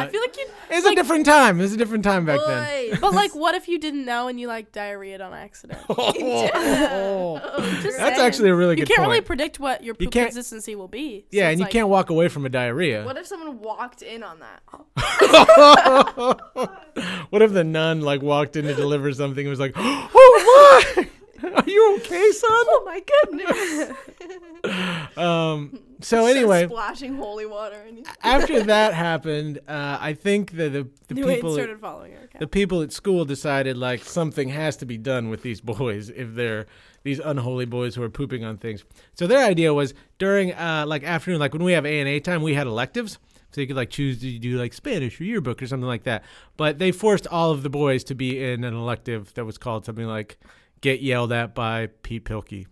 Speaker 1: I feel like you.
Speaker 5: It's a different time. It's a different time back then.
Speaker 4: Boy.
Speaker 1: But like, what if you didn't know and you like diarrhea on accident?
Speaker 4: Oh,
Speaker 5: That's actually a really
Speaker 1: you
Speaker 5: Oh, good
Speaker 1: can't
Speaker 5: point.
Speaker 1: really predict what your
Speaker 5: You
Speaker 1: poop
Speaker 5: can't-
Speaker 1: consistency will be. So
Speaker 5: yeah,
Speaker 1: it's
Speaker 5: and you
Speaker 1: like-
Speaker 5: can't walk away from a diarrhea.
Speaker 4: What if someone walked in on that?
Speaker 1: Oh
Speaker 5: What if the nun like walked in to deliver something and was like, "Oh my, are you okay, son?"
Speaker 4: Oh my goodness.
Speaker 5: Um. So anyway,
Speaker 4: Splashing holy water and you
Speaker 5: after that happened, uh, I think that the the
Speaker 1: You
Speaker 5: people.
Speaker 1: started following her.
Speaker 5: the people at school decided like something has to be done with these boys if they're these unholy boys who are pooping on things. So their idea was during uh, like afternoon, like when we have A and A time, we had electives, so you could like choose to do like Spanish or yearbook or something like that. But they forced all of the boys to be in an elective that was called something like "Get Yelled at by Pete Pilkey."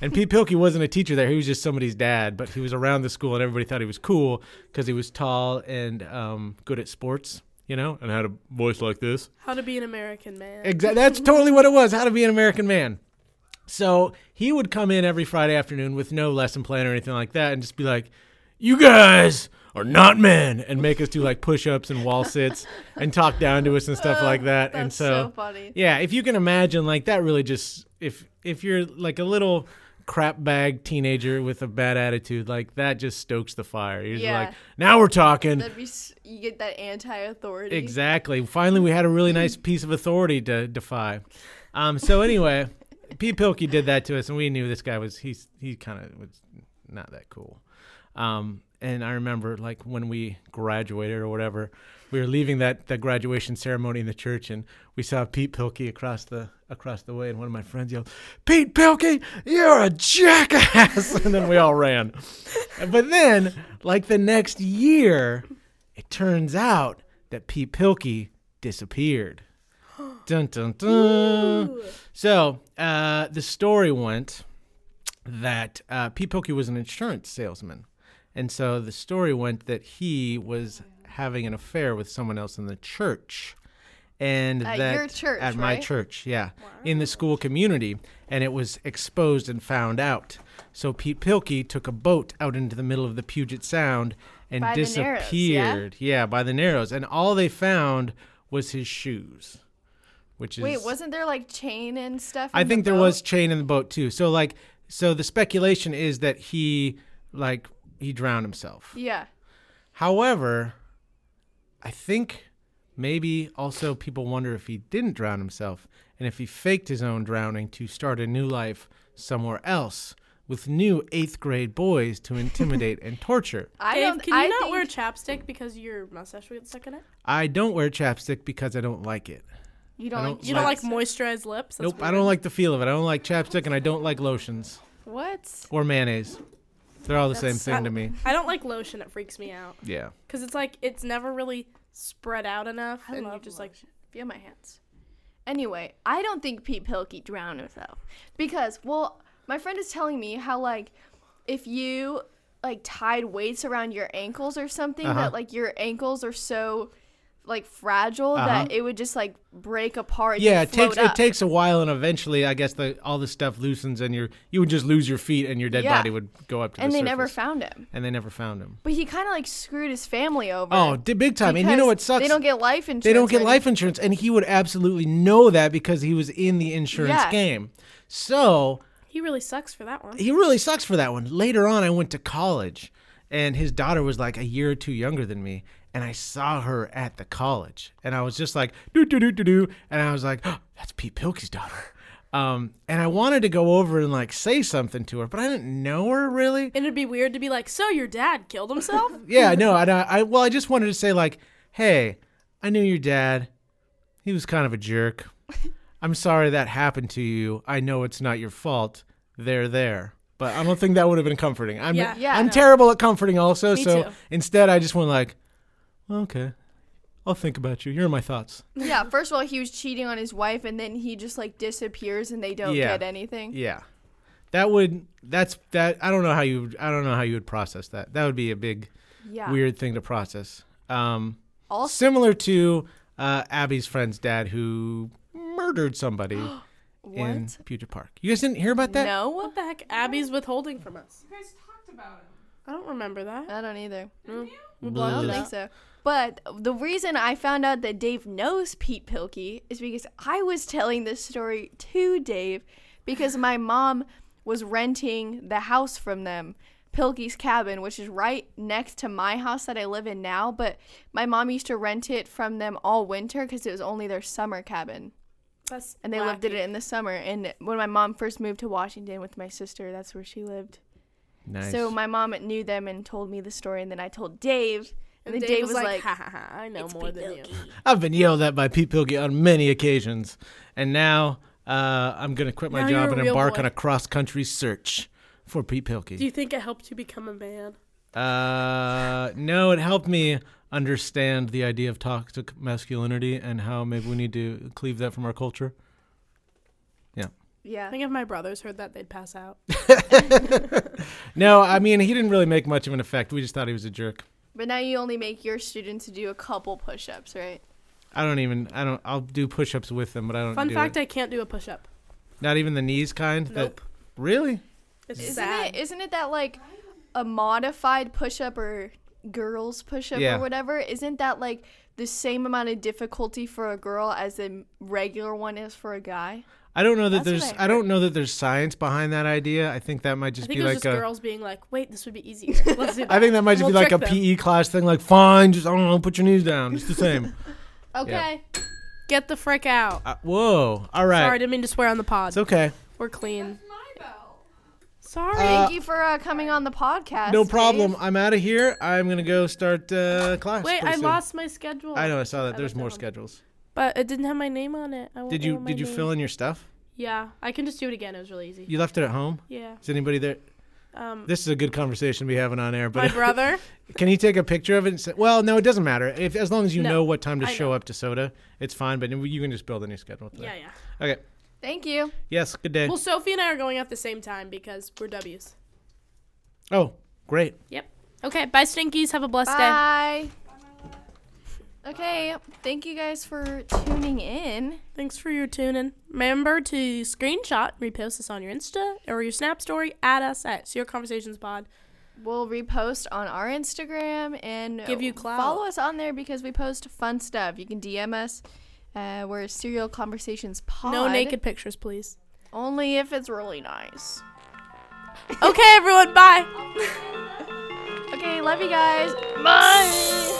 Speaker 5: And Pete Pilkey wasn't a teacher there; he was just somebody's dad. But he was around the school, and everybody thought he was cool because he was tall and um, good at sports, you know, and had a voice like this.
Speaker 1: How to be an American man.
Speaker 5: Exactly. That's totally what it was. How to be an American man. So he would come in every Friday afternoon with no lesson plan or anything like that, and just be like, "You guys are not men," and make us do like push-ups and wall sits and talk down to us and stuff like that. and
Speaker 4: That's so funny.
Speaker 5: yeah, if you can imagine, like that really just if if you're like a little crap bag teenager with a bad attitude, like that just stokes the fire. You're just
Speaker 4: Yeah.
Speaker 5: like, now we're talking.
Speaker 4: That'd be s- you get that anti-authority.
Speaker 5: Exactly. Finally, we had a really nice piece of authority to defy. Um, so anyway, Pete Pilkey did that to us, and we knew this guy was he's he kind of was not that cool. Um, and I remember like when we graduated or whatever, we were leaving that that graduation ceremony in the church, and we saw Pete Pilkey across the across the way, and one of my friends yelled, "Pete Pilkey, you're a jackass!" and then we all ran. But then, like the next year, it turns out that Pete Pilkey disappeared. dun dun dun. So uh, the story went that uh, Pete Pilkey was an insurance salesman, and so the story went that he was having an affair with someone else in the church, and
Speaker 4: At
Speaker 5: that
Speaker 4: your church,
Speaker 5: at my
Speaker 4: right?
Speaker 5: church, yeah, in the school community, and it was exposed and found out. So Pete Pilkey took a boat out into the middle of the Puget Sound and
Speaker 4: By the Narrows, yeah?
Speaker 5: disappeared. yeah, by the Narrows, and all they found was his shoes, which is
Speaker 4: Wait, wasn't there like chain and stuff?
Speaker 5: I
Speaker 4: in the
Speaker 5: think there
Speaker 4: boat?
Speaker 5: was chain in the boat too. So like, so the speculation is that he like he drowned himself.
Speaker 4: Yeah.
Speaker 5: However, I think maybe also people wonder if he didn't drown himself and if he faked his own drowning to start a new life somewhere else with new eighth grade boys to intimidate and torture.
Speaker 4: I
Speaker 1: Dave,
Speaker 4: don't.
Speaker 1: can you
Speaker 4: I
Speaker 1: not
Speaker 4: think,
Speaker 1: wear chapstick because your mustache would get stuck in it?
Speaker 5: I don't wear chapstick because I don't like it.
Speaker 4: you don't.
Speaker 5: I don't
Speaker 4: like,
Speaker 1: You don't like
Speaker 5: Lights.
Speaker 1: moisturized lips? That's
Speaker 5: nope, I
Speaker 1: weird.
Speaker 5: don't like the feel of it. I don't like chapstick and I don't like lotions.
Speaker 1: What?
Speaker 5: or mayonnaise. They're all the
Speaker 1: That's-
Speaker 5: same thing to me.
Speaker 1: I don't like lotion. It freaks me out
Speaker 5: Yeah.
Speaker 1: because it's like it's never really spread out enough,
Speaker 2: I
Speaker 1: and you
Speaker 2: love
Speaker 1: just
Speaker 2: Feel my hands. Anyway, I don't think Pete Pilkey drowned himself because, well, my friend is telling me how like if you like tied weights around your ankles or something,
Speaker 5: Uh-huh.
Speaker 2: that like your ankles are so like fragile
Speaker 5: Uh-huh.
Speaker 2: that it would just like break apart. and
Speaker 5: Yeah,
Speaker 2: you
Speaker 5: it takes
Speaker 2: float
Speaker 5: it
Speaker 2: up.
Speaker 5: takes a while, and eventually, I guess the all this stuff loosens, and your you would just lose your feet, and your dead
Speaker 2: Yeah.
Speaker 5: body would go up to
Speaker 2: And
Speaker 5: the
Speaker 2: they never
Speaker 5: surface.
Speaker 2: found him,
Speaker 5: and they never found him.
Speaker 2: but he kind of like screwed his family over.
Speaker 5: Oh, di- big time! And you know
Speaker 2: because
Speaker 5: what sucks?
Speaker 2: They don't get life insurance.
Speaker 5: They
Speaker 2: or
Speaker 5: don't get life insurance, and he would absolutely know that because he was in the insurance
Speaker 2: Yeah.
Speaker 5: game. So
Speaker 1: he really sucks for that one.
Speaker 5: he really sucks for that one. Later on, I went to college, and his daughter was like a year or two younger than me, and I saw her at the college, and I was just like, do do do do do, and I was like, oh, that's Pete Pilkey's daughter. Um, and I wanted to go over and like say something to her, but I didn't know her really.
Speaker 1: And it'd be weird to be like, so your dad killed himself?
Speaker 5: Yeah, no, and I, I well, I just wanted to say like, hey, I knew your dad. He was kind of a jerk. I'm sorry that happened to you. I know it's not your fault. They're there. But I don't think that would have been comforting. I'm
Speaker 1: Yeah.
Speaker 2: Yeah,
Speaker 5: I'm
Speaker 2: no.
Speaker 5: terrible at comforting also,
Speaker 1: Me
Speaker 5: so
Speaker 1: too.
Speaker 5: instead I just went like, okay. I'll think about you. You're in my thoughts.
Speaker 2: anything. Yeah, first of all, he was cheating on his wife, and then he just like disappears, and they don't
Speaker 5: Yeah.
Speaker 2: get anything.
Speaker 5: Yeah. That would that's that I don't know how you I don't know how you would process that. That would be a big
Speaker 2: Yeah.
Speaker 5: weird thing to process. Um
Speaker 2: Also,
Speaker 5: similar to uh, Abby's friend's dad who murdered somebody in Puget Park. You guys didn't hear about that?
Speaker 2: no,
Speaker 1: What the heck? Abby's withholding from us.
Speaker 7: You guys talked about him.
Speaker 1: I don't remember that.
Speaker 2: I don't either.
Speaker 7: Didn't you?
Speaker 1: We
Speaker 2: I
Speaker 1: blocked
Speaker 2: don't
Speaker 1: it
Speaker 2: think
Speaker 1: out.
Speaker 2: so. But the reason I found out that Dave knows Pete Pilkey is because I was telling this story to Dave because my mom was renting the house from them, Pilkey's cabin, which is right next to my house that I live in now. But my mom used to rent it from them all winter because it was only their summer cabin.
Speaker 1: That's
Speaker 2: And they lived in
Speaker 1: wacky.
Speaker 2: it in the summer. And when my mom first moved to Washington with my sister, that's where she lived.
Speaker 5: Nice.
Speaker 2: So my mom knew them and told me the story, and then I told Dave, and, then Dave, was like,
Speaker 1: ha ha ha, I know more than you.
Speaker 5: I've been yelled at by Pete Pilkey on many occasions, and now uh, I'm going to quit my
Speaker 1: Now you're
Speaker 5: job
Speaker 1: a
Speaker 5: and
Speaker 1: real
Speaker 5: embark
Speaker 1: boy.
Speaker 5: on a cross country search for Pete
Speaker 1: Do
Speaker 5: Pilkey.
Speaker 1: you think it helped you become a man?
Speaker 5: Uh, no, it helped me understand the idea of toxic masculinity and how maybe we need to cleave that from our culture.
Speaker 1: I
Speaker 2: "Yeah,
Speaker 1: think if my brothers heard that, they'd pass out.
Speaker 5: No, I mean, he didn't really make much of an effect. We just thought he was a jerk.
Speaker 2: but now you only make your students do a couple push-ups, right?"
Speaker 5: I don't even. I don't. I'll do push-ups with them, but I don't.
Speaker 1: Fun
Speaker 5: do
Speaker 1: fact:
Speaker 5: it.
Speaker 1: I can't do a push-up.
Speaker 5: not even the knees kind. that-
Speaker 1: Nope.
Speaker 5: really?
Speaker 1: It's
Speaker 2: Isn't
Speaker 1: sad.
Speaker 2: it? Isn't it that like a modified push-up or girls push-up
Speaker 5: Yeah.
Speaker 2: or whatever? Isn't that like the same amount of difficulty for a girl as the regular one is for a guy?
Speaker 5: I don't know that
Speaker 2: That's what
Speaker 5: there's.
Speaker 2: I
Speaker 5: I, don't know that there's science behind that idea. I think that might
Speaker 1: I
Speaker 5: just
Speaker 1: think
Speaker 5: be
Speaker 1: it was
Speaker 5: like
Speaker 1: just
Speaker 5: a.
Speaker 1: girls being like, "Wait, this would be easier. Let's do that."
Speaker 5: I think that might just
Speaker 1: We'll
Speaker 5: be like a E
Speaker 1: trick them.
Speaker 5: PE class thing. Like, fine, just I don't know, put your knees down. It's the same.
Speaker 2: Okay,
Speaker 1: Get the frick out.
Speaker 5: uh, whoa. All right.
Speaker 1: Sorry, I didn't mean to swear on the pod.
Speaker 5: it's okay.
Speaker 1: We're clean.
Speaker 7: My bell.
Speaker 1: Sorry.
Speaker 2: thank you for uh, coming on the podcast.
Speaker 5: No
Speaker 2: Dave.
Speaker 5: problem. I'm out of here. I'm gonna go start uh, class.
Speaker 1: Wait,
Speaker 5: pretty
Speaker 1: I
Speaker 5: soon.
Speaker 1: lost my schedule.
Speaker 5: I know. I saw that. There's
Speaker 1: left it
Speaker 5: more
Speaker 1: on.
Speaker 5: schedules.
Speaker 1: but it didn't have my name on it. I
Speaker 5: Did you Did you fill in your stuff?
Speaker 1: Yeah, I can just do it again. It was really easy.
Speaker 5: You left it at home.
Speaker 1: Yeah.
Speaker 5: Is anybody there?
Speaker 1: Um,
Speaker 5: This is a good conversation to be having on air. But
Speaker 1: my brother.
Speaker 5: Can you take a picture of it? And say, well, no, it doesn't matter. If as long as you
Speaker 1: No,
Speaker 5: know what time to
Speaker 1: I
Speaker 5: show
Speaker 1: know.
Speaker 5: up to soda, it's fine. But you can just build a new schedule. For
Speaker 1: yeah,
Speaker 5: that.
Speaker 1: yeah.
Speaker 5: Okay.
Speaker 2: Thank you.
Speaker 5: Yes. Good day.
Speaker 1: Well, Sophie and I are going at the same time because we're W's.
Speaker 5: oh, great.
Speaker 1: Okay, bye, Stinkies. Have a blessed day.
Speaker 2: Bye. Okay, thank you guys for tuning in.
Speaker 1: Thanks for your tuning. Remember to screenshot, repost this on your Insta or your Snap story. Add us at Zero Conversations Pod.
Speaker 2: We'll repost on our Instagram and
Speaker 1: Give you clout.
Speaker 2: follow us on there because we post fun stuff. You can DM us. Uh, we're Serial Conversations Pod.
Speaker 1: No naked pictures, please.
Speaker 2: Only if it's really nice.
Speaker 1: Okay, everyone, bye.
Speaker 2: Okay, love you guys. Bye.